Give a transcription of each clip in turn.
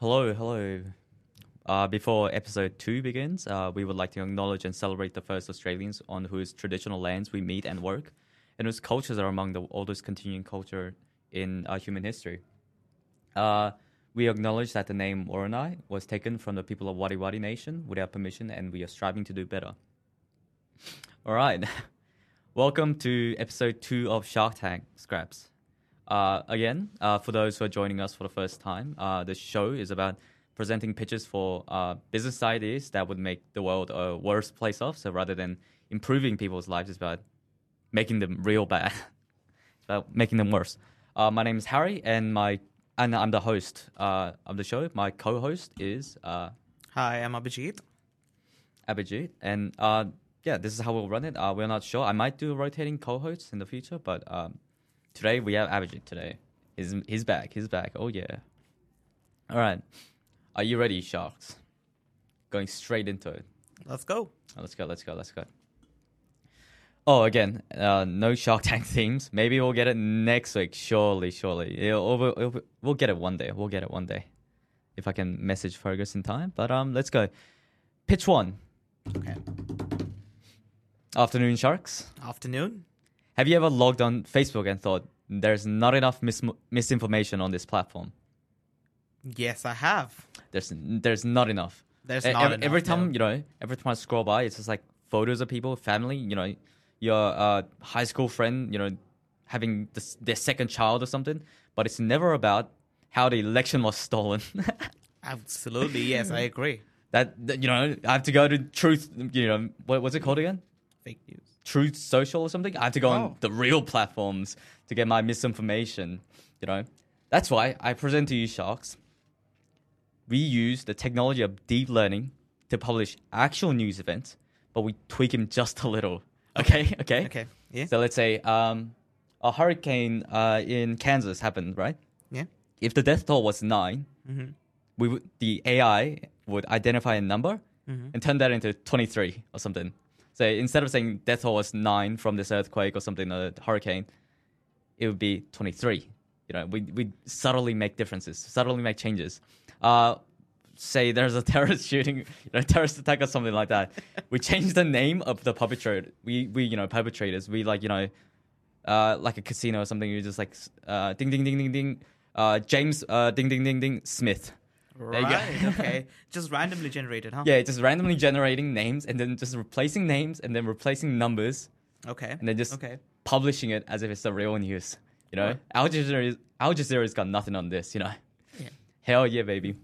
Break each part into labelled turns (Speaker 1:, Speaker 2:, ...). Speaker 1: Hello, hello. Uh, before episode two begins, uh, we would like to acknowledge and celebrate the first Australians on whose traditional lands we meet and work, and whose cultures are among the oldest continuing culture in uh, human history. Uh, we acknowledge that the name Woronai was taken from the people of Wadi Wadi Nation without permission, and we are striving to do better. All right. Welcome to episode two of Shark Tank Scraps. Uh, again, uh, for those who are joining us for the first time, uh, this show is about presenting pitches for uh, business ideas that would make the world a worse place off. So rather than improving people's lives, it's about making them real bad, it's about making them worse. Uh, my name is Harry, and my and I'm the host uh, of the show. My co-host is uh,
Speaker 2: Hi, I'm Abhijit.
Speaker 1: Abhijit. And uh, yeah, this is how we'll run it. Uh, we're not sure. I might do rotating co-hosts in the future, but um, today we have Abhijit today. He's, he's back. He's back. Oh, yeah. All right. Are you ready, Sharks? Going straight into it.
Speaker 2: Let's go.
Speaker 1: Oh, let's go, let's go, let's go. Oh, again, uh, no Shark Tank themes. Maybe we'll get it next week. Surely, surely. It'll- it'll- it'll- we'll get it one day. We'll get it one day. If I can message Fergus in time. But um, let's go. Pitch one.
Speaker 2: Okay.
Speaker 1: Afternoon Sharks.
Speaker 2: Afternoon.
Speaker 1: Have you ever logged on Facebook and thought there's not enough mis- misinformation on this platform?
Speaker 2: Yes, I have.
Speaker 1: There's there's not enough.
Speaker 2: There's
Speaker 1: E-
Speaker 2: not
Speaker 1: every,
Speaker 2: enough,
Speaker 1: every time
Speaker 2: no.
Speaker 1: you know, every time I scroll by, it's just like photos of people, family. You know, your uh, high school friend. You know, having this, their second child or something. But it's never about how the election was stolen.
Speaker 2: Absolutely, yes, I agree.
Speaker 1: that that, you know, I have to go to Truth. You know, what, what's it called again?
Speaker 2: Fake news.
Speaker 1: Truth Social or something. I have to go on
Speaker 2: Oh.
Speaker 1: the real platforms to get my misinformation. You know, that's why I present to you, sharks. We use the technology of deep learning to publish actual news events, but we tweak them just a little. Okay, okay,
Speaker 2: Oh. Okay. Yeah.
Speaker 1: So let's say um, a hurricane uh, in Kansas happened, right?
Speaker 2: yeah.
Speaker 1: If the death toll was 9 we would, the AI would identify a number and turn that into 23 or something. So instead of saying death toll was nine from this earthquake or something, or hurricane, it would be 23. You know, we we subtly make differences, subtly make changes. Uh, say there's a terrorist shooting, you know, terrorist attack or something like that. we change the name of the perpetrator. We we you know perpetrators. We like you know, uh, like a casino or something. You just like s- uh, ding ding ding ding ding. Uh, James uh, ding ding ding ding Smith. There you go.
Speaker 2: Right. okay. Just randomly generated, huh?
Speaker 1: Yeah, just randomly generating names and then just replacing names and then replacing numbers
Speaker 2: Okay.
Speaker 1: and then just
Speaker 2: okay.
Speaker 1: publishing it as if it's the real news. You know,
Speaker 2: Right.
Speaker 1: Al Jazeera is, Al Jazeera's got nothing on this. You know,
Speaker 2: Yeah.
Speaker 1: hell yeah, baby.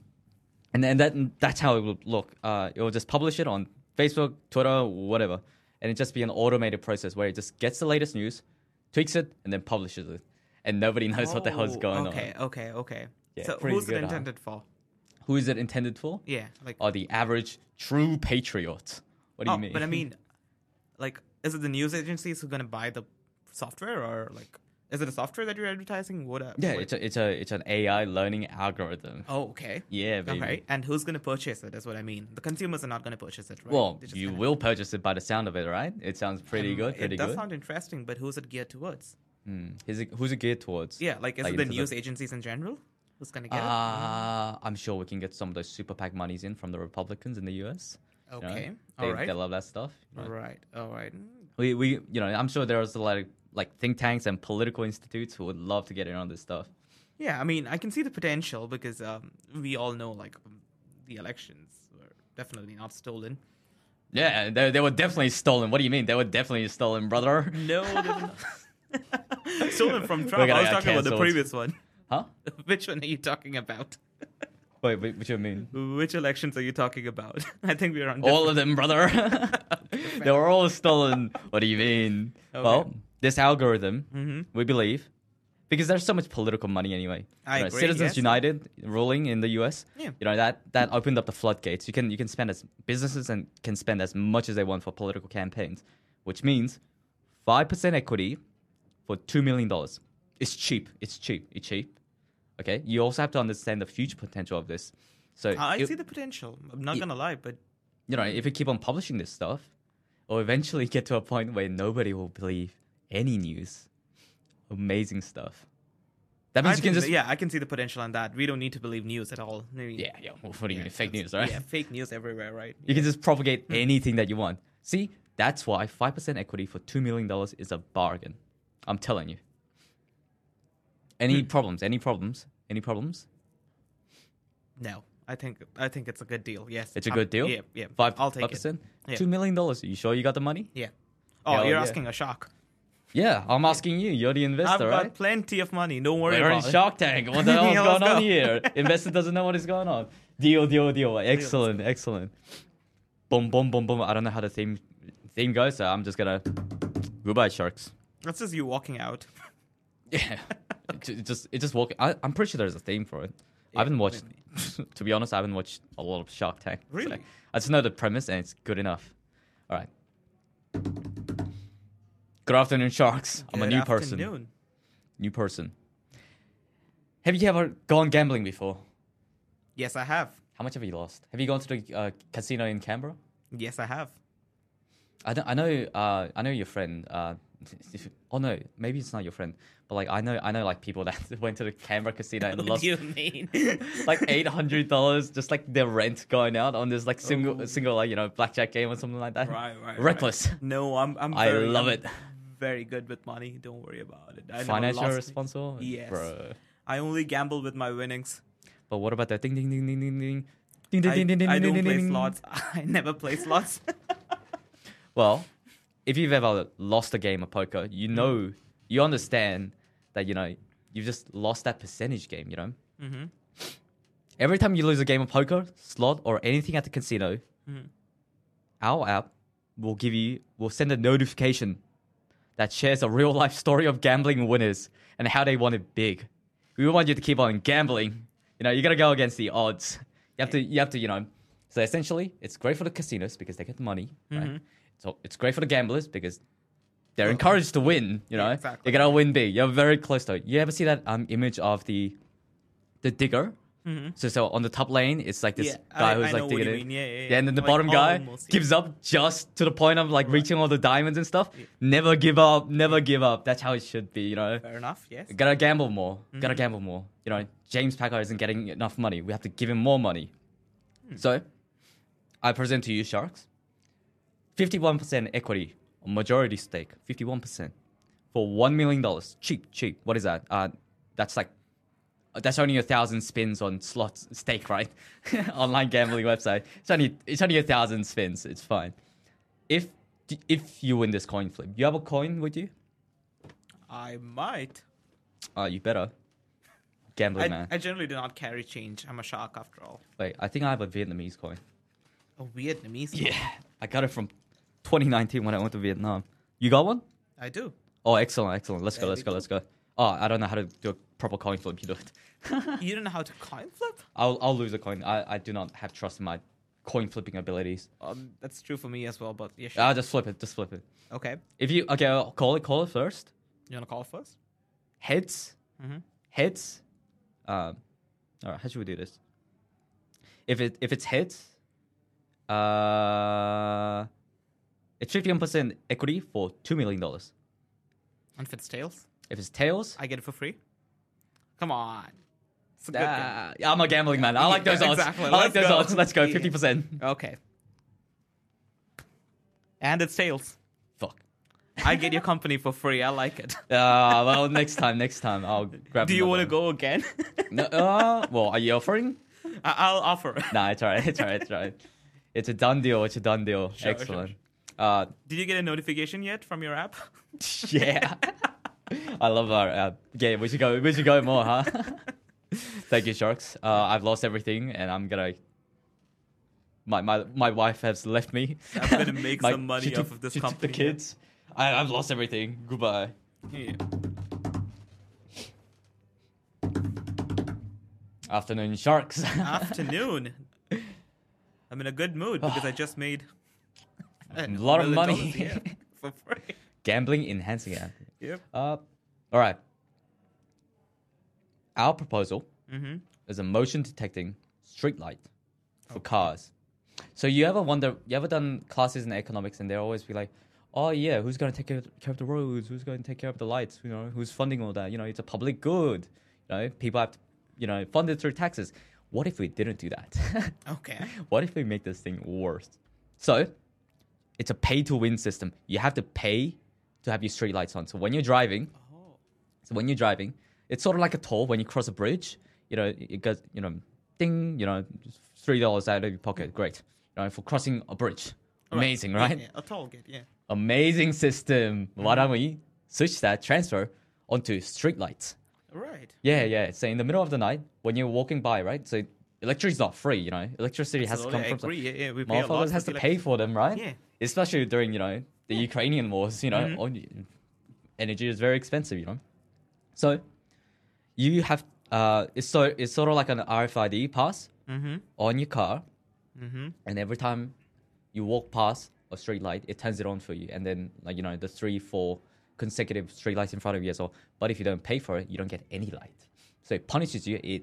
Speaker 1: And then that that's how it will look. Uh, it will just publish it on Facebook, Twitter, whatever, and it just be an automated process where it just gets the latest news, tweaks it, and then publishes it, and nobody knows what the hell's
Speaker 2: Oh,
Speaker 1: going
Speaker 2: okay,
Speaker 1: on.
Speaker 2: Okay. Okay.
Speaker 1: Yeah,
Speaker 2: so
Speaker 1: pretty
Speaker 2: who's
Speaker 1: good,
Speaker 2: it
Speaker 1: huh? Oh,
Speaker 2: intended for?
Speaker 1: Who is it intended for?
Speaker 2: Yeah. Like.
Speaker 1: Or the average true patriot? What do
Speaker 2: oh,
Speaker 1: you mean?
Speaker 2: but I mean, like, is it the news agencies who are gonna buy the software, or like, is it a software that you're advertising? What? uh,
Speaker 1: yeah,
Speaker 2: what-
Speaker 1: it's a, it's a it's an AI learning algorithm.
Speaker 2: oh, okay.
Speaker 1: Yeah, baby.
Speaker 2: Okay, and who's going to purchase it? Is what I mean. The consumers are not going to purchase it, right?
Speaker 1: Well,
Speaker 2: They're just
Speaker 1: you
Speaker 2: gonna-
Speaker 1: will purchase it by the sound of it, right? It sounds pretty
Speaker 2: Um,
Speaker 1: good. Pretty
Speaker 2: it does
Speaker 1: good.
Speaker 2: sound interesting, but who's it geared towards?
Speaker 1: Mm. Is it, who's it geared towards?
Speaker 2: Yeah, like is
Speaker 1: Like,
Speaker 2: it the
Speaker 1: is it the-
Speaker 2: news agencies in general? Who's gonna get
Speaker 1: Ah, I'm sure we can get some of those super PAC monies in from the Republicans in the U.S.
Speaker 2: it?
Speaker 1: you know?
Speaker 2: Okay,
Speaker 1: they,
Speaker 2: all right,
Speaker 1: they love that stuff. you know?
Speaker 2: right, all right. Mm,
Speaker 1: We, we, you know, I'm sure there's a lot of like think tanks and political institutes who would love to get in on this stuff.
Speaker 2: Yeah, I mean, I can see the potential because um, we all know like um, the elections were definitely not stolen.
Speaker 1: Yeah, they, they were definitely stolen. What do you mean? They were definitely stolen, brother.
Speaker 2: No, they were not. stolen from Trump.
Speaker 1: gonna
Speaker 2: I was
Speaker 1: get
Speaker 2: talking about the
Speaker 1: cancelled.
Speaker 2: previous one.
Speaker 1: Huh?
Speaker 2: Which one are you talking about?
Speaker 1: Wait, wait what do you mean?
Speaker 2: Which elections are you talking about? I think we're on.
Speaker 1: All of them, brother. they were all stolen. What do you mean?
Speaker 2: Okay.
Speaker 1: Well, this algorithm,
Speaker 2: Mhm.
Speaker 1: we believe, because there's so much political money anyway.
Speaker 2: I
Speaker 1: You know,
Speaker 2: agree,
Speaker 1: Citizens
Speaker 2: yes.
Speaker 1: United ruling in the U.S.
Speaker 2: Yeah.
Speaker 1: You know that that opened up the floodgates. You can you can spend as businesses and can spend as much as they want for political campaigns, which means five percent equity for two million dollars. It's cheap. It's cheap. It's cheap. Okay. You also have to understand the future potential of this. So
Speaker 2: I
Speaker 1: it-
Speaker 2: see the potential. I'm not
Speaker 1: Yeah.
Speaker 2: gonna lie, but
Speaker 1: you know, if we keep on publishing this stuff, it'll eventually get to a point where nobody will believe any news. Amazing stuff. That means
Speaker 2: I
Speaker 1: you can
Speaker 2: think
Speaker 1: just
Speaker 2: that- yeah, I can see the potential in that. We don't need to believe news at all. I mean,
Speaker 1: yeah, yeah. What do you mean? Fake
Speaker 2: that's-
Speaker 1: news, right?
Speaker 2: Yeah, Hmm. fake news everywhere, right?
Speaker 1: You can just propagate anything that you want. See, that's why 5% equity for $2 million is a bargain. I'm telling you.
Speaker 2: Hmm.
Speaker 1: Any problems? Any problems? Any problems?
Speaker 2: No, I think I think it's a good deal. Yes,
Speaker 1: It's a
Speaker 2: I'm-
Speaker 1: good deal?
Speaker 2: Yeah, yeah.
Speaker 1: 5,
Speaker 2: I'll take it.
Speaker 1: 5%?
Speaker 2: Yeah.
Speaker 1: $2 million. You sure you got the money?
Speaker 2: Yeah. Oh,
Speaker 1: Hell
Speaker 2: you're
Speaker 1: yeah.
Speaker 2: asking a shock.
Speaker 1: Yeah, I'm asking you. You're the investor,
Speaker 2: I've got
Speaker 1: right?
Speaker 2: plenty of money. Don't worry
Speaker 1: We're in
Speaker 2: about it.
Speaker 1: Shark Tank. What the hell is
Speaker 2: Yeah,
Speaker 1: going
Speaker 2: let's
Speaker 1: on
Speaker 2: go.
Speaker 1: here? Investor doesn't know what is going on. Deal, deal, deal. Excellent, excellent. Boom, boom, boom, boom. I don't know how the theme theme goes, so I'm just gonna goodbye, sharks.
Speaker 2: That's just you walking out.
Speaker 1: Yeah, It ju- it just it just walk. I, I'm pretty sure there's a theme for it. I haven't watched. to be honest, I haven't watched a lot of Shark Tank. so
Speaker 2: Really?
Speaker 1: I just know the premise and it's good enough. All right. Good afternoon, sharks. I'm a
Speaker 2: Good
Speaker 1: new person.
Speaker 2: afternoon.
Speaker 1: New person. Have you ever gone gambling before?
Speaker 2: Yes, I have.
Speaker 1: How much have you lost? Have you gone to the uh, casino in Canberra?
Speaker 2: Yes, I have.
Speaker 1: I, don't- I know uh, I know your friend. Uh, oh no, maybe it's not your friend, but like I know I know like people that went to the Canberra casino and
Speaker 2: What
Speaker 1: lost
Speaker 2: do you mean?
Speaker 1: like eight hundred dollars, just like their rent going out on this like single
Speaker 2: Oh.
Speaker 1: single like you know blackjack game or something like that.
Speaker 2: Right, right, right.
Speaker 1: Reckless.
Speaker 2: No, I'm. I'm
Speaker 1: I
Speaker 2: very,
Speaker 1: love
Speaker 2: I'm
Speaker 1: it.
Speaker 2: Very good with money. Don't worry about it. I never
Speaker 1: Financial
Speaker 2: lost-
Speaker 1: responsible.
Speaker 2: Yes.
Speaker 1: Bro.
Speaker 2: I only gamble with my winnings.
Speaker 1: But what about that ding ding ding ding ding ding ding
Speaker 2: I,
Speaker 1: ding ding ding
Speaker 2: I
Speaker 1: ding
Speaker 2: don't
Speaker 1: ding
Speaker 2: play
Speaker 1: ding.
Speaker 2: slots. I never play slots.
Speaker 1: Well, if you've ever lost a game of poker, you know you understand that you know you've just lost that percentage game. You know.
Speaker 2: hmm
Speaker 1: Every time you lose a game of poker, slot, or anything at the casino,
Speaker 2: Mhm.
Speaker 1: our app will give you will send a notification that shares a real life story of gambling winners and how they won it big. We want you to keep on gambling. You know, you gotta go against the odds. You have to you have to, you know. So essentially it's great for the casinos because they get the money,
Speaker 2: Mm-hmm.
Speaker 1: right? So it's great for the gamblers because they're encouraged to win, you know.
Speaker 2: Yeah, exactly.
Speaker 1: You gotta win big. You're very close to it. You ever see that um image of the the digger? So, so on the top lane, it's like this
Speaker 2: Mm-hmm. Yeah,
Speaker 1: guy
Speaker 2: I-
Speaker 1: who's
Speaker 2: I
Speaker 1: like
Speaker 2: know what
Speaker 1: digging
Speaker 2: you
Speaker 1: it.
Speaker 2: mean. Yeah, yeah,
Speaker 1: and then the
Speaker 2: yeah.
Speaker 1: bottom
Speaker 2: Like,
Speaker 1: guy
Speaker 2: almost, yeah.
Speaker 1: gives up just to the point of like reaching all the diamonds and stuff. Never give up. Never give up. That's how it should be. You know,
Speaker 2: Fair enough. Yes.
Speaker 1: gotta gamble more. Gotta gamble more. You know, James Packer isn't getting enough money. We have to give him more money. So, I present to you, sharks. Fifty-one percent equity, majority stake, fifty-one percent for one million dollars. Cheap, cheap. What is that? Uh, that's like. That's only a thousand spins on slots stake, right? Online gambling website. It's only it's only a thousand spins. It's fine. If if you win this coin flip, you have a coin with you.
Speaker 2: I might.
Speaker 1: Oh, you better. Gambling
Speaker 2: I,
Speaker 1: man.
Speaker 2: I generally do not carry change. I'm a shark after all.
Speaker 1: Wait, I think I have a Vietnamese coin.
Speaker 2: A Vietnamese.
Speaker 1: I got it from 2019 when I went to Vietnam. You got one?
Speaker 2: I do.
Speaker 1: Oh, excellent, excellent. Let's go,
Speaker 2: There
Speaker 1: let's
Speaker 2: we
Speaker 1: go, let's go. Oh, I don't know how to do a proper coin flip. You do it.
Speaker 2: You don't know how to coin flip?
Speaker 1: I'll, I'll lose a coin. I, I do not have trust in my coin flipping abilities.
Speaker 2: Um, that's true for me as well, but yeah. Sure.
Speaker 1: I'll just flip it, just flip it.
Speaker 2: okay.
Speaker 1: If you, okay, I'll call it, call it first.
Speaker 2: You wanna call first?
Speaker 1: Heads,
Speaker 2: Mhm.
Speaker 1: heads. Um, all right, how should we do this? If it if it's heads, uh, it's fifty one percent equity for two million dollars.
Speaker 2: And if it's tails,
Speaker 1: If it's tails, ah,
Speaker 2: I get it for free. Come on. It's a good game.
Speaker 1: ah, I'm a gambling man. I like
Speaker 2: Yeah,
Speaker 1: those odds.
Speaker 2: exactly.
Speaker 1: I like
Speaker 2: Let's
Speaker 1: those
Speaker 2: go.
Speaker 1: odds. Let's go
Speaker 2: Yeah.
Speaker 1: fifty percent.
Speaker 2: Okay. And it's tails.
Speaker 1: Fuck.
Speaker 2: I get your company for free. I like it.
Speaker 1: Uh, well, next time, next time I'll grab.
Speaker 2: Do you want
Speaker 1: another
Speaker 2: to go again?
Speaker 1: one. No, uh, well, are you offering?
Speaker 2: I- I'll offer. it.
Speaker 1: Nah, it's alright. It's alright. It's alright. It's a done deal. It's a done deal.
Speaker 2: Sure,
Speaker 1: Excellent. Uh,
Speaker 2: Did you get a notification yet from your app?
Speaker 1: yeah. I love our uh, game. We should go. We should go more, huh? Thank you, sharks. Uh, I've lost everything, and I'm gonna. My my my wife has left me.
Speaker 2: I'm gonna make
Speaker 1: My-
Speaker 2: some money
Speaker 1: she took-
Speaker 2: off of this
Speaker 1: she took
Speaker 2: company.
Speaker 1: the kids. I, I've lost everything. Goodbye.
Speaker 2: Yeah.
Speaker 1: Afternoon, sharks.
Speaker 2: Afternoon. I'm in a good mood because I just made a
Speaker 1: lot of
Speaker 2: million
Speaker 1: money.
Speaker 2: dollars, yeah, for free.
Speaker 1: Gambling enhancing app.
Speaker 2: Yep.
Speaker 1: Uh, all right. Our proposal
Speaker 2: Mm-hmm.
Speaker 1: is a motion detecting street light for cars. So you ever wonder? You ever done classes in economics, and they always be like, "Oh yeah, who's gonna take care care of the roads? Who's gonna take care of the lights? You know, who's funding all that? You know, it's a public good. You know, people have to, you know, funded through taxes. What if we didn't do that?
Speaker 2: Okay.
Speaker 1: what if we make this thing worse? So, it's a pay to win system. You have to pay to have your street lights on. So when you're driving,
Speaker 2: Oh.
Speaker 1: so when you're driving, it's sort of like a toll when you cross a bridge. You know, it goes, you know, ding, you know, three dollars out of your pocket. Great, you know, for crossing a bridge. Amazing, right?
Speaker 2: Mm-hmm. Yeah, Mm-hmm. a toll gate, yeah.
Speaker 1: Amazing system. Why don't we switch that transfer onto street lights?
Speaker 2: Right.
Speaker 1: Yeah, yeah. So in the middle of the night, when you're walking by, right? So electricity's not free, you know. Electricity
Speaker 2: Absolutely,
Speaker 1: has to
Speaker 2: I
Speaker 1: come from
Speaker 2: agree. Yeah, yeah, we pay a lot
Speaker 1: motherfuckers has
Speaker 2: for
Speaker 1: to pay for them, right?
Speaker 2: Yeah. Mm-hmm.
Speaker 1: Especially during you know the Ukrainian wars, you know, on- energy is very expensive, you know. So you have uh, it's so it's sort of like an RFID pass
Speaker 2: Mm-hmm.
Speaker 1: on your car,
Speaker 2: Mm-hmm.
Speaker 1: and every time you walk past a street light, it turns it on for you, and then like you know the three, four consecutive street lights in front of you as well. But if you don't pay for it, you don't get any light. So it punishes you. It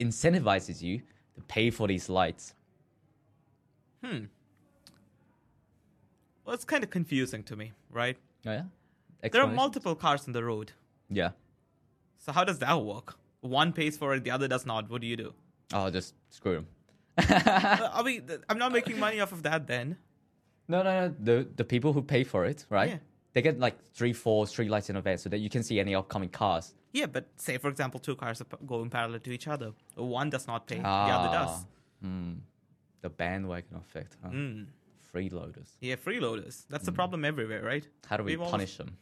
Speaker 1: incentivizes you to pay for these lights.
Speaker 2: Hmm. Well, it's kind of confusing to me, right?
Speaker 1: Oh, yeah.
Speaker 2: There are
Speaker 1: Explanation?
Speaker 2: multiple cars on the road.
Speaker 1: Yeah.
Speaker 2: So how does that work? One pays for it, the other does not. What do you do?
Speaker 1: Oh, just screw them.
Speaker 2: Uh, I mean, th- I'm not making money off of that then.
Speaker 1: No, no, no. The the people who pay for it, right?
Speaker 2: Yeah.
Speaker 1: They get like three, four street lights in advance so that you can see any upcoming cars.
Speaker 2: Yeah, but say, for example, two cars are p- go in parallel to each other. One does not pay, the
Speaker 1: Ah,
Speaker 2: other does.
Speaker 1: mm. the bandwagon effect. Huh?
Speaker 2: Mm.
Speaker 1: Freeloaders.
Speaker 2: Yeah, freeloaders. That's the problem everywhere, right?
Speaker 1: How do we
Speaker 2: We've always-
Speaker 1: punish them?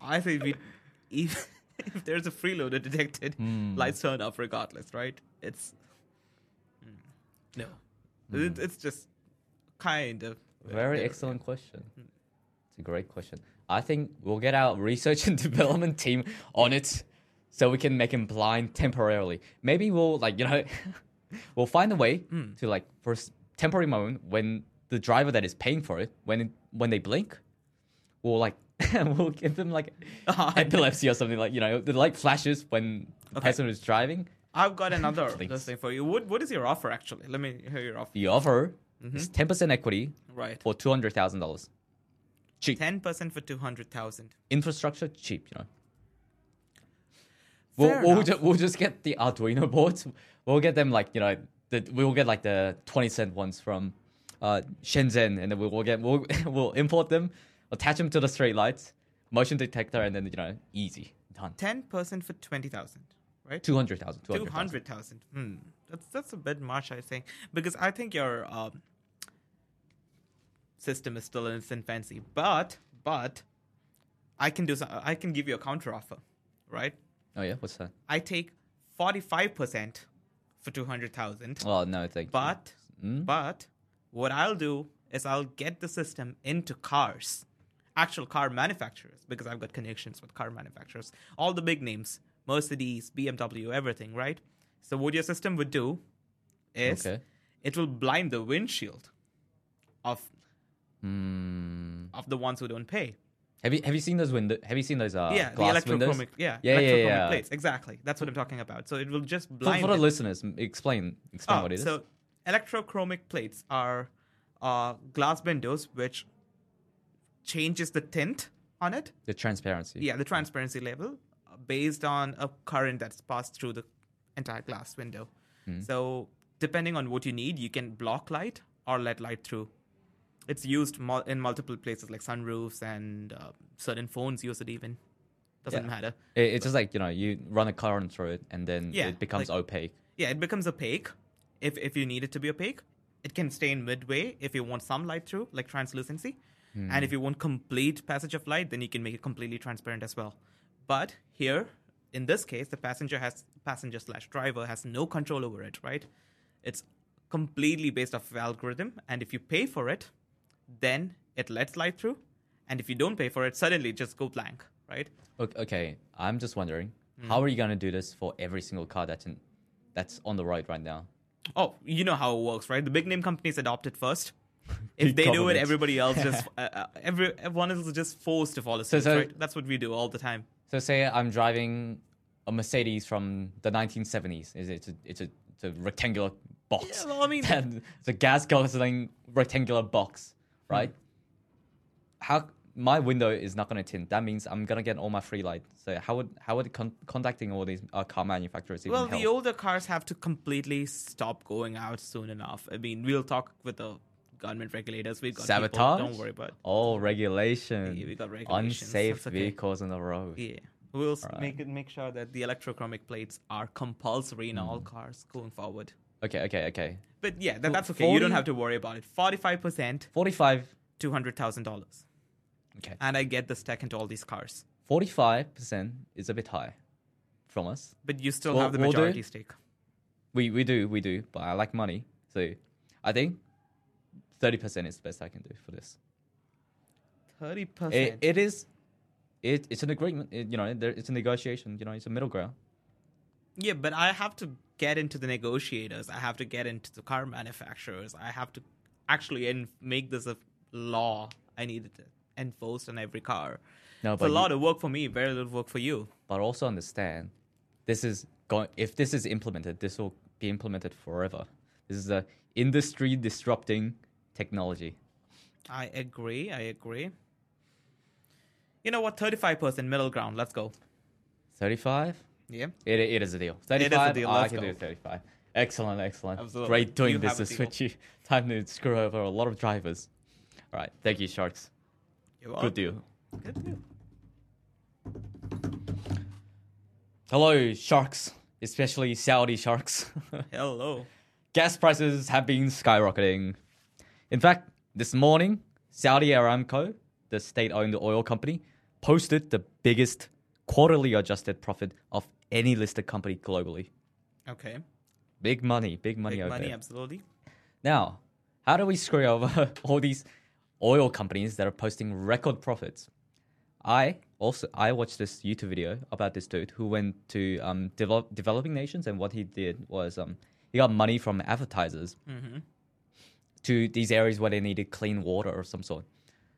Speaker 2: I think we, if, if there's a freeloader detected,
Speaker 1: Mm. Hmm.
Speaker 2: lights turn off regardless, right? It's Mm. no, It- it's just kind of
Speaker 1: Mm. Very excellent question. It's a great question. I think we'll get our research and development team on it so we can make him blind temporarily. Maybe we'll like, you know, we'll find a way to like for a s- temporary moment when the driver that is paying for it, when it, when they blink, we'll like we'll give them like epilepsy or something like, you know, the light flashes when the
Speaker 2: Okay.
Speaker 1: person who's driving.
Speaker 2: I've got another
Speaker 1: Thanks.
Speaker 2: thing for you. What what is your offer actually? Let me hear your offer.
Speaker 1: The offer is 10% equity
Speaker 2: Right,
Speaker 1: for $200,000. Cheap.
Speaker 2: ten percent for two hundred thousand.
Speaker 1: infrastructure cheap, you know. We'll,
Speaker 2: Fair
Speaker 1: we'll,
Speaker 2: enough.
Speaker 1: ju- we'll just get the Arduino boards. We'll get them like you know, the, we'll get like the twenty cent ones from uh, Shenzhen, and then we'll, we'll get we'll, we'll import them, attach them to the street lights, motion detector, and then you know, easy done.
Speaker 2: Ten percent for twenty thousand. Right.
Speaker 1: Two hundred thousand. Two
Speaker 2: Two
Speaker 1: hundred.
Speaker 2: hundred thousand. Hmm. That's that's a bit much, I think, because I think your um, system is still in its infancy. But but I can do some, I can give you a counter offer, right?
Speaker 1: Oh yeah, what's that?
Speaker 2: I take forty five percent for two hundred thousand.
Speaker 1: Oh no, thank you.
Speaker 2: But
Speaker 1: Mm.
Speaker 2: but what I'll do is I'll get the system into cars, actual car manufacturers, because I've got connections with car manufacturers, all the big names, Mercedes, BMW, everything, right? So what your system would do is
Speaker 1: Okay.
Speaker 2: it will blind the windshield of
Speaker 1: Mm.
Speaker 2: of the ones who don't pay.
Speaker 1: Have you have you seen those window? Have you seen those uh,
Speaker 2: yeah, the
Speaker 1: glass windows?
Speaker 2: electrochromic, yeah,
Speaker 1: yeah, yeah,
Speaker 2: electrochromic
Speaker 1: yeah.
Speaker 2: plates. Exactly. That's what I'm talking about. So it will just
Speaker 1: For,
Speaker 2: blind
Speaker 1: for the
Speaker 2: it.
Speaker 1: listeners, m- explain explain
Speaker 2: Ah,
Speaker 1: what it is.
Speaker 2: So electrochromic plates are uh, glass windows which changes the tint on it.
Speaker 1: the transparency.
Speaker 2: Yeah, the transparency level uh, based on a current that's passed through the entire glass window.
Speaker 1: Hmm.
Speaker 2: So depending on what you need, you can block light or let light through. It's used mul- in multiple places like sunroofs and uh, certain phones use it even. Doesn't
Speaker 1: Yeah.
Speaker 2: matter.
Speaker 1: It, it's just like you know, you run a current through it, and then
Speaker 2: Yeah,
Speaker 1: it becomes opaque.
Speaker 2: yeah, it becomes opaque if if you need it to be opaque. It can stay in midway if you want some light through, like translucency. And if you want complete passage of light, then you can make it completely transparent as well. But here, in this case, the passenger has passenger slash driver has no control over it, right? It's completely based off of algorithm, and if you pay for it, then it lets light through. And if you don't pay for it, suddenly it just go blank, right?
Speaker 1: Okay, okay, I'm just wondering,
Speaker 2: Mm.
Speaker 1: how are you gonna do this for every single car that's in, that's on the road right now?
Speaker 2: Oh, you know how it works, right? The big name companies adopt it first. If they do it,
Speaker 1: Government.
Speaker 2: everybody else just uh, uh, every everyone is just forced to follow suit.
Speaker 1: so-
Speaker 2: right? That's what we do all the time.
Speaker 1: So say I'm driving a Mercedes from the 1970s. Is it's a, it's a it's a rectangular box.
Speaker 2: Yeah, well, I mean- Hmm.
Speaker 1: Then it's a gas guzzling rectangular box, right? How my window is not going to tint. That means I'm going to get all my free light. So how would how would con- contacting all these uh, car manufacturers even
Speaker 2: Well,
Speaker 1: help?
Speaker 2: the older cars have to completely stop going out soon enough. I mean, we'll talk with the government regulators. We've got people.
Speaker 1: Sabotage.
Speaker 2: Don't worry about.
Speaker 1: Oh, regulation.
Speaker 2: Yeah, we got regulations.
Speaker 1: Unsafe
Speaker 2: That's okay.
Speaker 1: vehicles on the road.
Speaker 2: Yeah, we'll s
Speaker 1: Alright.
Speaker 2: make it, make sure that the electrochromic plates are compulsory in
Speaker 1: Hmm.
Speaker 2: all cars going forward.
Speaker 1: Okay, okay, okay.
Speaker 2: But yeah, that, that's okay. You
Speaker 1: 40
Speaker 2: don't have to worry about it. Forty-five percent,
Speaker 1: Forty-five.
Speaker 2: two hundred thousand dollars,
Speaker 1: Okay.
Speaker 2: and I get this tech into all these cars.
Speaker 1: Forty-five percent is a bit high from us.
Speaker 2: But you still
Speaker 1: Well,
Speaker 2: have the
Speaker 1: we'll do.
Speaker 2: majority stake.
Speaker 1: We we do we do, but I like money, so I think thirty percent is the best I can do for this.
Speaker 2: Thirty percent.
Speaker 1: It, it is, it, it's an agreement. It, you know, there, it's a negotiation. You know, it's a middle ground.
Speaker 2: Yeah, but I have to get into the negotiators. I have to get into the car manufacturers. I have to actually en- make this a law. I need it enforced on every car.
Speaker 1: No,
Speaker 2: it's
Speaker 1: but
Speaker 2: a
Speaker 1: you-
Speaker 2: lot of work for me, very little work for you.
Speaker 1: But also understand, this is going. If this is implemented, this will be implemented forever. This is a industry disrupting technology.
Speaker 2: I agree. I agree. You know what? 35% middle ground. Let's go.
Speaker 1: Thirty-five.
Speaker 2: Yeah.
Speaker 1: It, it is a deal.
Speaker 2: is a
Speaker 1: 35,
Speaker 2: deal,
Speaker 1: I
Speaker 2: let's
Speaker 1: can
Speaker 2: go.
Speaker 1: do 35. Excellent, excellent.
Speaker 2: Absolutely.
Speaker 1: Great doing
Speaker 2: You have a
Speaker 1: business
Speaker 2: deal.
Speaker 1: with you. Time to screw over a lot of drivers. All right, thank you, Sharks.
Speaker 2: You're
Speaker 1: Good
Speaker 2: welcome.
Speaker 1: deal.
Speaker 2: Good deal.
Speaker 1: Hello, Sharks, especially Saudi Sharks.
Speaker 2: Hello.
Speaker 1: Gas prices have been skyrocketing. In fact, this morning, Saudi Aramco, the state owned oil company, posted the biggest quarterly adjusted profit of any listed company globally.
Speaker 2: Okay.
Speaker 1: Big money, big money
Speaker 2: Big
Speaker 1: over
Speaker 2: money,
Speaker 1: there.
Speaker 2: absolutely.
Speaker 1: Now, how do we screw over all these oil companies that are posting record profits? I also I watched this YouTube video about this dude who went to um, develop, developing nations, and what he did was um, he got money from advertisers to these areas where they needed clean water or some sort.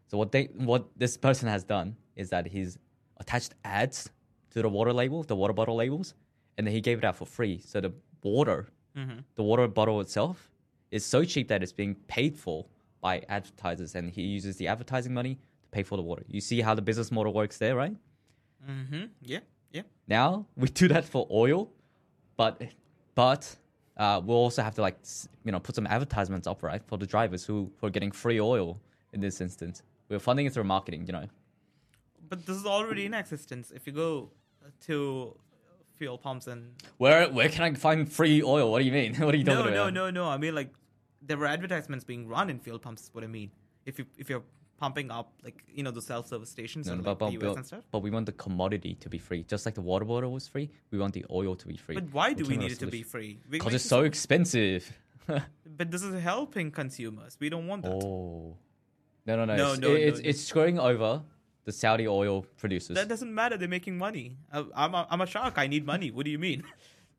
Speaker 1: So what they what this person has done is that he's attached ads to the water label, the water bottle labels, and then he gave it out for free. So the water, the water bottle itself, is so cheap that it's being paid for by advertisers, and he uses the advertising money to pay for the water. You see how the business model works there, right?
Speaker 2: Mm-hmm. Yeah. Yeah.
Speaker 1: Now we do that for oil, but but uh, we'll also have to like s- you know put some advertisements up right for the drivers who who are getting free oil in this instance. We're funding it through marketing, you know.
Speaker 2: But this is already in existence. If you go uh, to fuel pumps and
Speaker 1: Where where can I find free oil? What do you mean? What are you
Speaker 2: no,
Speaker 1: talking
Speaker 2: no,
Speaker 1: about?
Speaker 2: no, no. I mean, like there were advertisements being run in fuel pumps. Is what I mean. If you if you're pumping up like you know the self service stations
Speaker 1: No,
Speaker 2: in
Speaker 1: no,
Speaker 2: like,
Speaker 1: but, but,
Speaker 2: the US
Speaker 1: but-
Speaker 2: and stuff.
Speaker 1: but we want the commodity to be free, just like the water bottle was free. We want the oil to be free.
Speaker 2: But why do we
Speaker 1: Alternative
Speaker 2: need it to be
Speaker 1: solution.
Speaker 2: free? We-
Speaker 1: Because
Speaker 2: we
Speaker 1: it's
Speaker 2: just-
Speaker 1: so expensive.
Speaker 2: But this is helping consumers. We don't want that.
Speaker 1: oh, no, no, no!
Speaker 2: No,
Speaker 1: it's,
Speaker 2: no, no,
Speaker 1: it's,
Speaker 2: no.
Speaker 1: it's screwing over the Saudi oil producers.
Speaker 2: That doesn't matter. They're making money. I, I'm a, I'm a shark. I need money. What do you mean?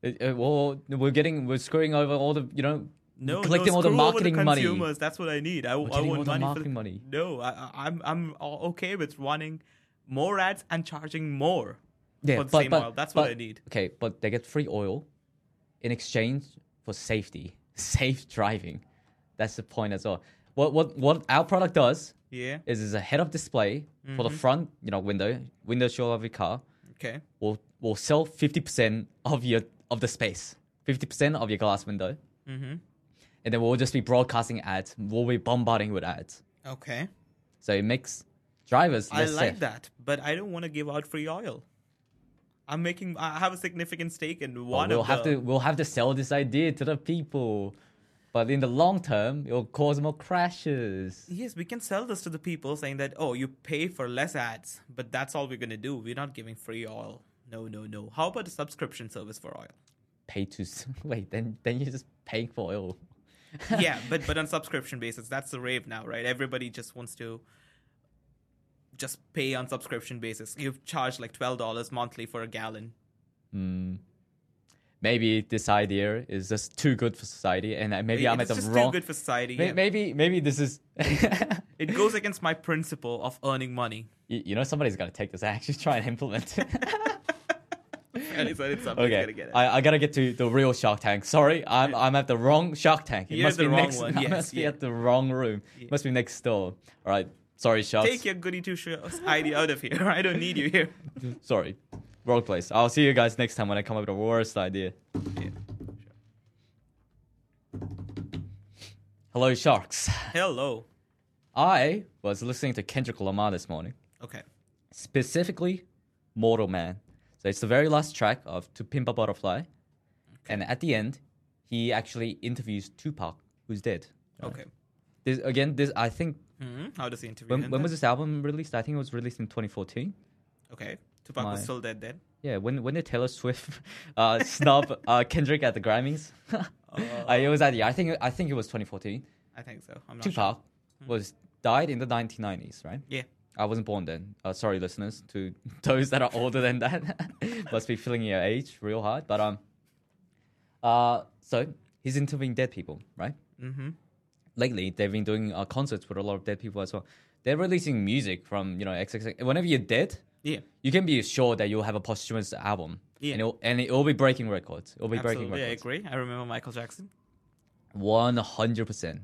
Speaker 1: It, it- well, we're getting we're screwing over all the you know
Speaker 2: No,
Speaker 1: collecting
Speaker 2: no,
Speaker 1: all the
Speaker 2: screw over
Speaker 1: marketing
Speaker 2: consumers.
Speaker 1: money.
Speaker 2: That's what I need. I, I want
Speaker 1: getting all
Speaker 2: money.
Speaker 1: the
Speaker 2: for
Speaker 1: marketing money.
Speaker 2: No, I, I- I'm I'm o- okay with running more ads and charging more. for the same oil. That's what
Speaker 1: but-
Speaker 2: I need.
Speaker 1: Okay, but they get free oil in exchange for safety, safe driving. That's the point as well. What what what our product does
Speaker 2: Yeah.
Speaker 1: is is a head up display for
Speaker 2: Mm-hmm.
Speaker 1: the front, you know, window window shield of your car.
Speaker 2: Okay.
Speaker 1: will will sell fifty percent of your of the space, fifty percent of your glass window, mm-hmm. and then we'll just be broadcasting ads. We'll be bombarding with ads,
Speaker 2: Okay.
Speaker 1: so it makes drivers.
Speaker 2: I
Speaker 1: Less
Speaker 2: like
Speaker 1: safe.
Speaker 2: that, but I don't want to give out free oil. I'm making. I have a significant stake in
Speaker 1: But
Speaker 2: one
Speaker 1: we'll
Speaker 2: of
Speaker 1: have
Speaker 2: the.
Speaker 1: to we'll have to sell this idea to the people, but in the long term, it'll cause more crashes.
Speaker 2: Yes, we can sell this to the people, saying that oh, you pay for less ads, but that's all we're gonna do. We're not giving free oil. No, no, no. How about a subscription service for oil?
Speaker 1: Pay to s- wait, then then you're just paying for oil.
Speaker 2: yeah, but but on subscription basis, that's the rave now, right? Everybody just wants to just pay on subscription basis. You've charged like twelve dollars monthly for a gallon.
Speaker 1: Maybe this idea is just too good for society, and I- maybe
Speaker 2: It-
Speaker 1: I'm at
Speaker 2: it's
Speaker 1: the
Speaker 2: just
Speaker 1: wrong.
Speaker 2: too good for society.
Speaker 1: May-
Speaker 2: yeah.
Speaker 1: Maybe maybe this is.
Speaker 2: It goes against my principle of earning money.
Speaker 1: you, you know somebody's gonna take this and actually try and implement it.
Speaker 2: And it's, it's somebody's
Speaker 1: okay,
Speaker 2: gonna get it.
Speaker 1: I, I gotta get to the real Shark Tank. Sorry, I'm I'm at the wrong Shark Tank. It
Speaker 2: You're
Speaker 1: must
Speaker 2: the
Speaker 1: be
Speaker 2: wrong
Speaker 1: next.
Speaker 2: one,
Speaker 1: I
Speaker 2: yes,
Speaker 1: must be
Speaker 2: yeah.
Speaker 1: at the wrong room. Must be next door. All right, Sorry, shots.
Speaker 2: Take your goody two shoes idea out of here. I don't need you here.
Speaker 1: Sorry. Wrong place. I'll see you guys next time when I come up with the worst idea.
Speaker 2: Yeah.
Speaker 1: Hello, sharks.
Speaker 2: Hello.
Speaker 1: I was listening to Kendrick Lamar this morning,
Speaker 2: Okay.
Speaker 1: specifically Mortal Man. So it's the very last track of To Pimp a Butterfly. And at the end, he actually interviews Tupac, who's dead.
Speaker 2: Okay.
Speaker 1: This, again, this I think
Speaker 2: hmm How does the interview
Speaker 1: when,
Speaker 2: end
Speaker 1: when
Speaker 2: then?
Speaker 1: was this album released? I think it was released in 2014.
Speaker 2: Okay. Tupac was
Speaker 1: My-
Speaker 2: still dead then.
Speaker 1: Yeah, when when did Taylor Swift uh, snub uh, Kendrick at the Grammys? uh, it was at the I think I think it was 2014.
Speaker 2: I think so. I'm not
Speaker 1: Tupac was died in the 1990s, right?
Speaker 2: sure. Yeah.
Speaker 1: I wasn't born then. Uh, sorry, listeners, to those that are older than that, must be feeling your age real hard. But um, uh, so he's interviewing dead people, right?
Speaker 2: Mm-hmm.
Speaker 1: lately they've been doing uh, concerts with a lot of dead people as well. They're releasing music from you know XX. Whenever you're dead,
Speaker 2: Yeah.
Speaker 1: you can be sure that you'll have a posthumous album.
Speaker 2: Yeah.
Speaker 1: And, it'll, and it'll be breaking records. It'll be breaking
Speaker 2: Absolutely. I
Speaker 1: records.
Speaker 2: agree. I remember Michael Jackson.
Speaker 1: One hundred percent.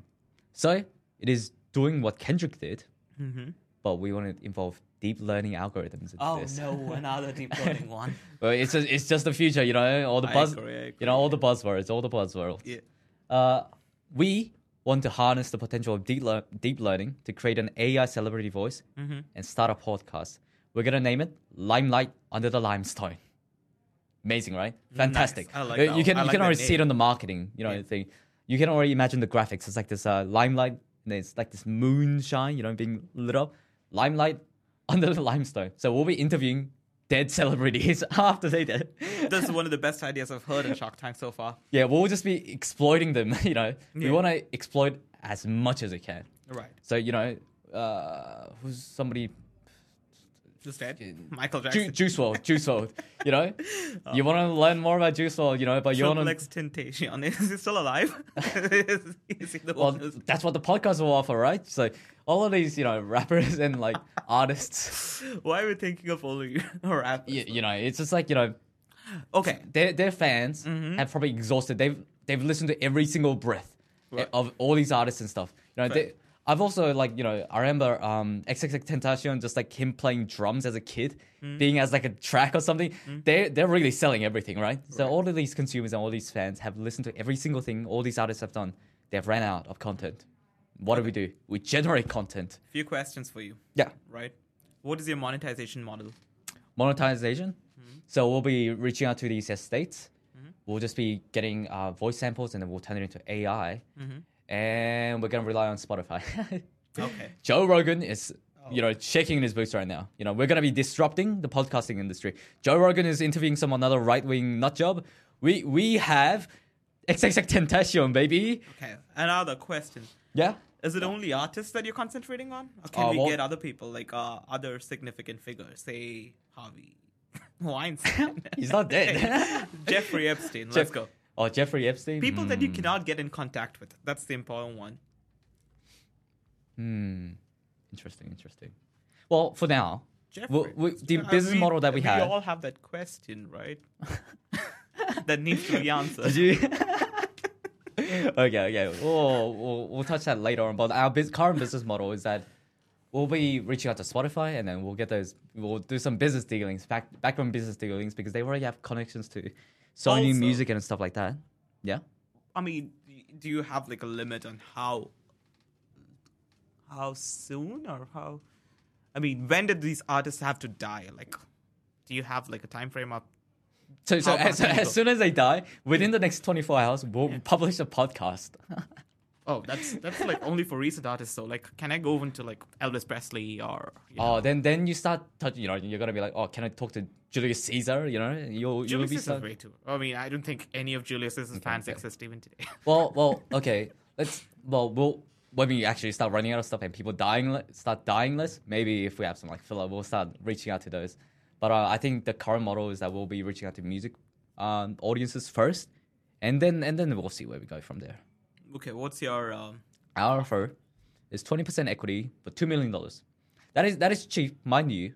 Speaker 1: So it is doing what Kendrick did,
Speaker 2: Mm-hmm.
Speaker 1: but we want to involve deep learning algorithms into
Speaker 2: Oh
Speaker 1: this.
Speaker 2: no, another deep learning one.
Speaker 1: Well, it's just, it's just the future, you know. All the
Speaker 2: I
Speaker 1: buzz,
Speaker 2: agree, I agree.
Speaker 1: you know, all the buzzwords, all the buzzwords.
Speaker 2: Yeah.
Speaker 1: Uh, we want to harness the potential of deep, lear- deep learning to create an AI celebrity voice
Speaker 2: Mm-hmm.
Speaker 1: and start a podcast. We're gonna name it Limelight Under the Limestone. Amazing, right? Fantastic.
Speaker 2: I like
Speaker 1: Uh,
Speaker 2: that
Speaker 1: you can
Speaker 2: one. I
Speaker 1: you
Speaker 2: like
Speaker 1: can
Speaker 2: that
Speaker 1: already see it
Speaker 2: name.
Speaker 1: on the marketing, you know,
Speaker 2: Yeah.
Speaker 1: thing. You can already imagine the graphics. It's like this uh, limelight, and it's like this moonshine, you know, being lit up. Limelight under the limestone. So we'll be interviewing dead celebrities after they dead.
Speaker 2: This is one of the best ideas I've heard in Shark Tank so far.
Speaker 1: Yeah, we'll just be exploiting them. You know, we
Speaker 2: Yeah.
Speaker 1: want to exploit as much as we can.
Speaker 2: Right.
Speaker 1: So you know, uh, who's somebody?
Speaker 2: Just dead.
Speaker 1: Fucking-
Speaker 2: Michael
Speaker 1: Ju-
Speaker 2: Jackson.
Speaker 1: Juice World, Juice World. You know, you want to learn more about Juice World. You know, but you
Speaker 2: Oh. Triple
Speaker 1: want
Speaker 2: X
Speaker 1: to.
Speaker 2: Temptation. Is he still alive? is, is he the
Speaker 1: Well,
Speaker 2: one who's...
Speaker 1: that's what the podcast will offer, right? So all of these, you know, rappers and like artists,
Speaker 2: Why are we thinking of only rap?
Speaker 1: you, you know, it's just like you know,
Speaker 2: Okay.
Speaker 1: their their fans
Speaker 2: Mm-hmm.
Speaker 1: have probably exhausted. They've they've listened to every single breath
Speaker 2: Right.
Speaker 1: of all these artists and stuff. You know,
Speaker 2: Fair.
Speaker 1: they, I've also like you know I remember um, XXXTentacion just like him playing drums as a kid,
Speaker 2: Mm.
Speaker 1: being as like a track or something. They they're really selling everything, right? So
Speaker 2: Right.
Speaker 1: all of these consumers and all these fans have listened to every single thing all these artists have done. They've ran out of content. What do we do? We generate content.
Speaker 2: few questions for you,
Speaker 1: Yeah.
Speaker 2: right? What is your monetization model?
Speaker 1: monetization.
Speaker 2: Mm-hmm.
Speaker 1: So we'll be reaching out to these estates. We'll just be getting uh, voice samples and then we'll turn it into AI.
Speaker 2: Mm-hmm.
Speaker 1: And we're going to rely on Spotify.
Speaker 2: Okay.
Speaker 1: Joe Rogan is,
Speaker 2: Oh.
Speaker 1: you know, shaking in his boots right now. You know, we're going to be disrupting the podcasting industry. Joe Rogan is interviewing some another right wing nut job. We, we have XXXTentacion, baby.
Speaker 2: Okay. Another question.
Speaker 1: Yeah.
Speaker 2: Is it only artists that you're concentrating on? Or can
Speaker 1: Uh,
Speaker 2: we
Speaker 1: well-
Speaker 2: get other people, like uh, other significant figures, say Harvey Weinstein?
Speaker 1: He's not dead.
Speaker 2: Jeffrey Epstein. Let's go.
Speaker 1: Oh, Jeffrey Epstein.
Speaker 2: People that you
Speaker 1: Mm.
Speaker 2: cannot get in contact with. That's the important one.
Speaker 1: Hmm. Interesting, interesting. Well, for now,
Speaker 2: Jeffrey.
Speaker 1: well, we, the
Speaker 2: Uh,
Speaker 1: business
Speaker 2: we-
Speaker 1: model that we, have.
Speaker 2: We all have that question, right? that needs to be answered.
Speaker 1: Did you? okay, okay. We'll, we'll, we'll touch that later on. But our bus current business model is that we'll be reaching out to Spotify and then we'll get those, we'll do some business dealings, back, background business dealings, because they already have connections to Sony
Speaker 2: Also-
Speaker 1: Music and stuff like that. Yeah.
Speaker 2: I mean, do you have like a limit on how how soon or how? I mean, when did these artists have to die? Like, do you have like a time frame up?
Speaker 1: So, so,
Speaker 2: How far
Speaker 1: as, so
Speaker 2: can you go?
Speaker 1: as soon as they die, within the next 24 hours, we'll publish a podcast.
Speaker 2: Oh, that's that's like only for recent artists. So, like, can I go into like Elvis Presley or? You know,
Speaker 1: Oh, then then you start touching. You know, you're gonna be like, oh, can I talk to Julius Caesar? You know, you'll you'll
Speaker 2: Julius
Speaker 1: be
Speaker 2: Caesar's
Speaker 1: start-
Speaker 2: way too. I mean, I don't think any of Julius Caesar's fans exist even today.
Speaker 1: well, well, okay. Let's well, we'll when we actually start running out of stuff and people dying le- start dying less. Maybe if we have some like filler, we'll start reaching out to those. But uh, I think the current model is that we'll be reaching out to music um, audiences first, and then and then we'll see where we go from there.
Speaker 2: okay, what's your? Um,
Speaker 1: Our offer is twenty percent equity for two million dollars. That is that is cheap, mind you.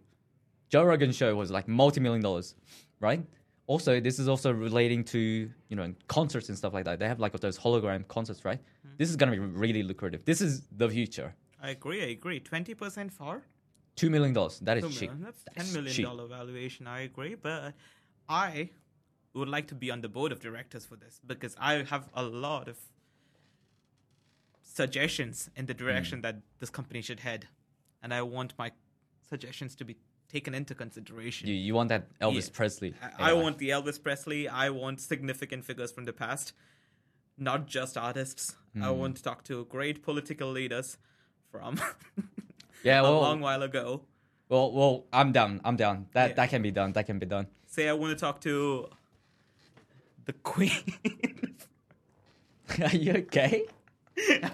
Speaker 1: Joe Rogan show was like multi million dollars, right? Also, this is also relating to you know concerts
Speaker 2: Mm-hmm.
Speaker 1: and stuff like that. They have like those hologram concerts, right? This is gonna be really lucrative. This is the future.
Speaker 2: I agree. I agree. Twenty percent for
Speaker 1: Two million dollars. That is
Speaker 2: two
Speaker 1: cheap.
Speaker 2: million. That's
Speaker 1: That's
Speaker 2: ten million
Speaker 1: cheap.
Speaker 2: dollar valuation. I agree, but I would like to be on the board of directors for this because I have a lot of suggestions in the
Speaker 1: Hmm.
Speaker 2: direction that this company should head, and I want my suggestions to be taken into consideration.
Speaker 1: You, you want that Elvis
Speaker 2: Yeah.
Speaker 1: Presley?
Speaker 2: I, I
Speaker 1: era.
Speaker 2: want the Elvis Presley. I want significant figures from the past, not just artists.
Speaker 1: Hmm.
Speaker 2: I want to talk to great political leaders from
Speaker 1: Yeah,
Speaker 2: a
Speaker 1: well,
Speaker 2: long while ago.
Speaker 1: well, well, I'm down. I'm down. That
Speaker 2: Yeah.
Speaker 1: that can be done. That can be done.
Speaker 2: Say I want to talk to the Queen.
Speaker 1: Are you okay?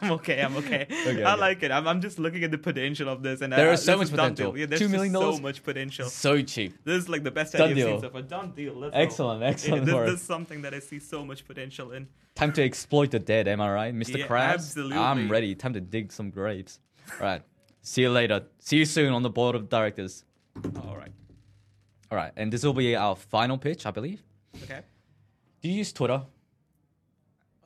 Speaker 2: I'm okay. I'm okay.
Speaker 1: Okay,
Speaker 2: I
Speaker 1: okay.
Speaker 2: like it. I'm, I'm just looking at the potential of this, and
Speaker 1: There
Speaker 2: I,
Speaker 1: is so
Speaker 2: this
Speaker 1: much
Speaker 2: done
Speaker 1: potential.
Speaker 2: deal. Yeah, there's
Speaker 1: Two
Speaker 2: just
Speaker 1: million
Speaker 2: so
Speaker 1: dollars?
Speaker 2: much potential.
Speaker 1: So cheap.
Speaker 2: This is like the best
Speaker 1: Done
Speaker 2: idea I've
Speaker 1: deal.
Speaker 2: seen so far. Done deal. Let's go.
Speaker 1: Excellent,
Speaker 2: Yeah,
Speaker 1: excellent
Speaker 2: this,
Speaker 1: work.
Speaker 2: this is something that I see so much potential in.
Speaker 1: Time to exploit the dead. Am I right, Mr.
Speaker 2: Yeah,
Speaker 1: Krabs?
Speaker 2: absolutely.
Speaker 1: I'm ready. Time to dig some graves. right. See you later. See you soon on the board of directors.
Speaker 2: All right.
Speaker 1: All right, and this will be our final pitch, I believe.
Speaker 2: Okay.
Speaker 1: Do you use Twitter?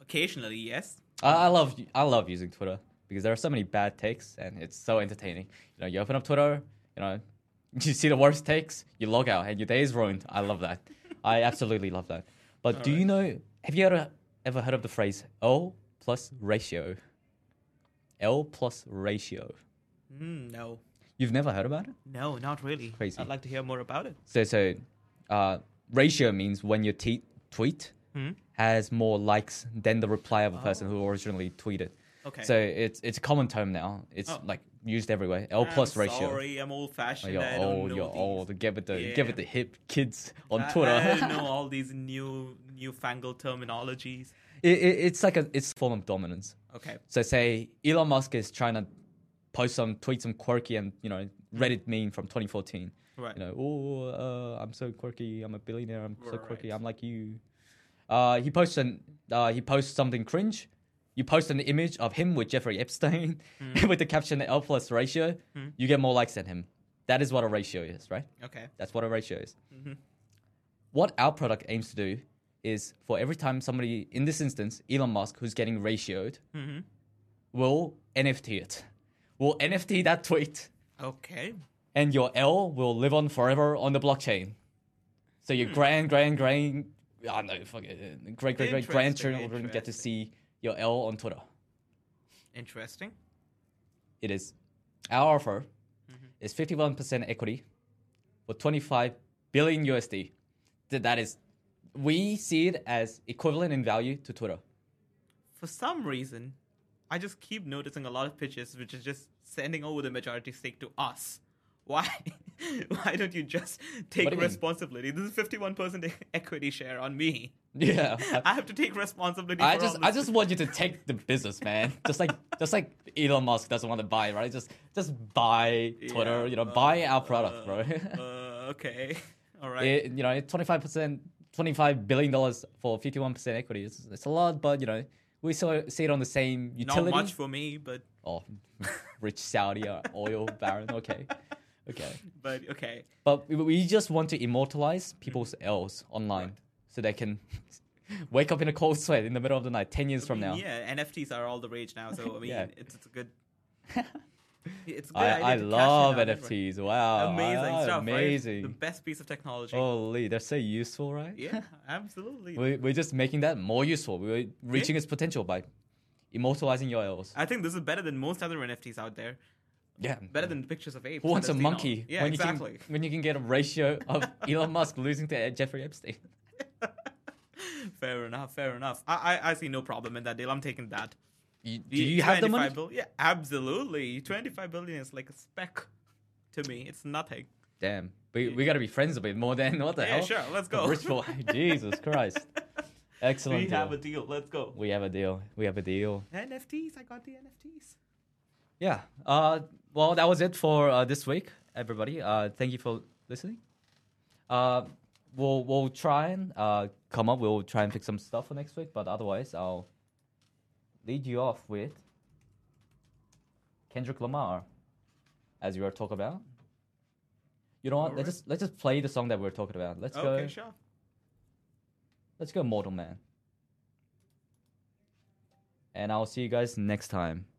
Speaker 2: Occasionally, yes.
Speaker 1: I, I love I love using Twitter because there are so many bad takes and it's so entertaining. You know, you open up Twitter, you know, you see the worst takes, you log out, and your day is ruined. I love that. I absolutely love that. But do you know? Have you ever ever heard of the phrase L plus ratio? L plus ratio.
Speaker 2: Mm, no.
Speaker 1: You've never heard about it?
Speaker 2: No, not really.
Speaker 1: Crazy.
Speaker 2: I'd like to hear more about it.
Speaker 1: So so, uh, ratio means when your te- tweet
Speaker 2: Hmm? Oh.
Speaker 1: has more likes than the reply of a person who originally tweeted.
Speaker 2: Okay.
Speaker 1: So it's it's a common term now. It's
Speaker 2: Oh.
Speaker 1: like used everywhere. L plus
Speaker 2: I'm
Speaker 1: ratio. Oh,
Speaker 2: Sorry, I'm old fashioned.
Speaker 1: You're
Speaker 2: I don't
Speaker 1: old.
Speaker 2: know
Speaker 1: You're
Speaker 2: these.
Speaker 1: old. Get with the get with
Speaker 2: Yeah.
Speaker 1: the hip kids on
Speaker 2: I-
Speaker 1: Twitter.
Speaker 2: I, don't know all these new newfangled terminologies.
Speaker 1: it, it, it's like a it's a form of dominance.
Speaker 2: Okay.
Speaker 1: So say Elon Musk is trying to post some tweet some quirky and you know Reddit meme from 2014.
Speaker 2: Right.
Speaker 1: You know, oh, uh, I'm so quirky. I'm a billionaire. I'm so quirky.
Speaker 2: Right.
Speaker 1: I'm like you. Uh, he posts an uh, he posts something cringe. You post an image of him with Jeffrey Epstein
Speaker 2: Hmm.
Speaker 1: with the caption L plus ratio. You get more likes than him. That is what a ratio is, right?
Speaker 2: Okay.
Speaker 1: That's what a ratio is.
Speaker 2: Mm-hmm.
Speaker 1: What our product aims to do is for every time somebody, in this instance, Elon Musk, who's getting ratioed,
Speaker 2: Mm-hmm. Hmm.
Speaker 1: will NFT it. Will NFT that tweet,
Speaker 2: Okay.
Speaker 1: and your L will live on forever on the blockchain. So
Speaker 2: Hmm.
Speaker 1: your grand, grand, grand, I don't know, fuck it, great, great, great
Speaker 2: Interesting,
Speaker 1: grandchildren get to
Speaker 2: interesting.
Speaker 1: see your L on Twitter.
Speaker 2: Interesting.
Speaker 1: It is our offer
Speaker 2: Mm-hmm.
Speaker 1: is 51% equity for 25 billion USD. Th- That is, we see it as equivalent in value to Twitter.
Speaker 2: For some reason, I just keep noticing a lot of pitches which is just sending over the majority stake to us. Why? Why don't you just take
Speaker 1: do you mean?
Speaker 2: responsibility? This is fifty-one percent equity share on me.
Speaker 1: Yeah.
Speaker 2: I have to take responsibility.
Speaker 1: I
Speaker 2: for
Speaker 1: just,
Speaker 2: all
Speaker 1: I
Speaker 2: this.
Speaker 1: just want you to take the business, man. Just like, just like Elon Musk doesn't want to buy, right? Just, just buy Twitter.
Speaker 2: Yeah,
Speaker 1: you know,
Speaker 2: uh,
Speaker 1: buy our product, bro.
Speaker 2: uh, okay. All right.
Speaker 1: It- you know, twenty five percent, twenty five billion dollars for fifty one percent equity. It's, it's a lot, but you know, we saw see it on the same
Speaker 2: Not
Speaker 1: utility.
Speaker 2: much for me, but
Speaker 1: Oh, rich Saudi uh, oil baron. Okay, okay.
Speaker 2: but okay.
Speaker 1: But we- we just want to immortalize people's L's online, so they can wake up in a cold sweat in the middle of the night ten years from now.
Speaker 2: Yeah, NFTs are all the rage now, so I mean,
Speaker 1: Yeah.
Speaker 2: it's, it's a good. It's a good
Speaker 1: I,
Speaker 2: idea
Speaker 1: I
Speaker 2: to cash in
Speaker 1: love
Speaker 2: on it, right?
Speaker 1: NFTs. Wow,
Speaker 2: Amazing
Speaker 1: wow,
Speaker 2: stuff, right? The
Speaker 1: Ah, Amazing. Oh.
Speaker 2: best piece of technology.
Speaker 1: Holy, they're so useful, right?
Speaker 2: Yeah, absolutely.
Speaker 1: We, we're just making that more useful. We're reaching its potential by immortalizing your elves.
Speaker 2: I think this is better than most other NFTs out there.
Speaker 1: Yeah.
Speaker 2: Better than pictures of apes.
Speaker 1: Who wants a
Speaker 2: that I've seen on-
Speaker 1: monkey
Speaker 2: Yeah,
Speaker 1: when,
Speaker 2: exactly.
Speaker 1: you can, when you can get a ratio of Elon Musk losing to Jeffrey Epstein?
Speaker 2: Fair enough. Fair enough. I, I I see no problem in that deal. I'm taking that.
Speaker 1: You, do you have the
Speaker 2: 25
Speaker 1: money?
Speaker 2: bill- yeah, absolutely. Twenty-five billion is like a speck to me. It's nothing.
Speaker 1: Damn. We, we got to be friends a bit more than what the
Speaker 2: Yeah,
Speaker 1: hell?
Speaker 2: sure, let's go.
Speaker 1: Rich boy. Jesus Christ. Excellent.
Speaker 2: we
Speaker 1: deal.
Speaker 2: have a deal. Let's go.
Speaker 1: we have a deal. We have a deal.
Speaker 2: NFTs. I got the NFTs.
Speaker 1: Yeah. Uh, well, that was it for uh, this week, everybody. Uh, thank you for listening. Uh, we'll we'll try and uh, come up. We'll try and fix some stuff for next week. But otherwise, I'll lead you off with Kendrick Lamar, as you were talking about. You know what?
Speaker 2: Alright.
Speaker 1: Let's just let's just play the song that we were talking about. Let's
Speaker 2: okay,
Speaker 1: go.
Speaker 2: sure.
Speaker 1: Let's go, Mortal Man. And I'll see you guys next time.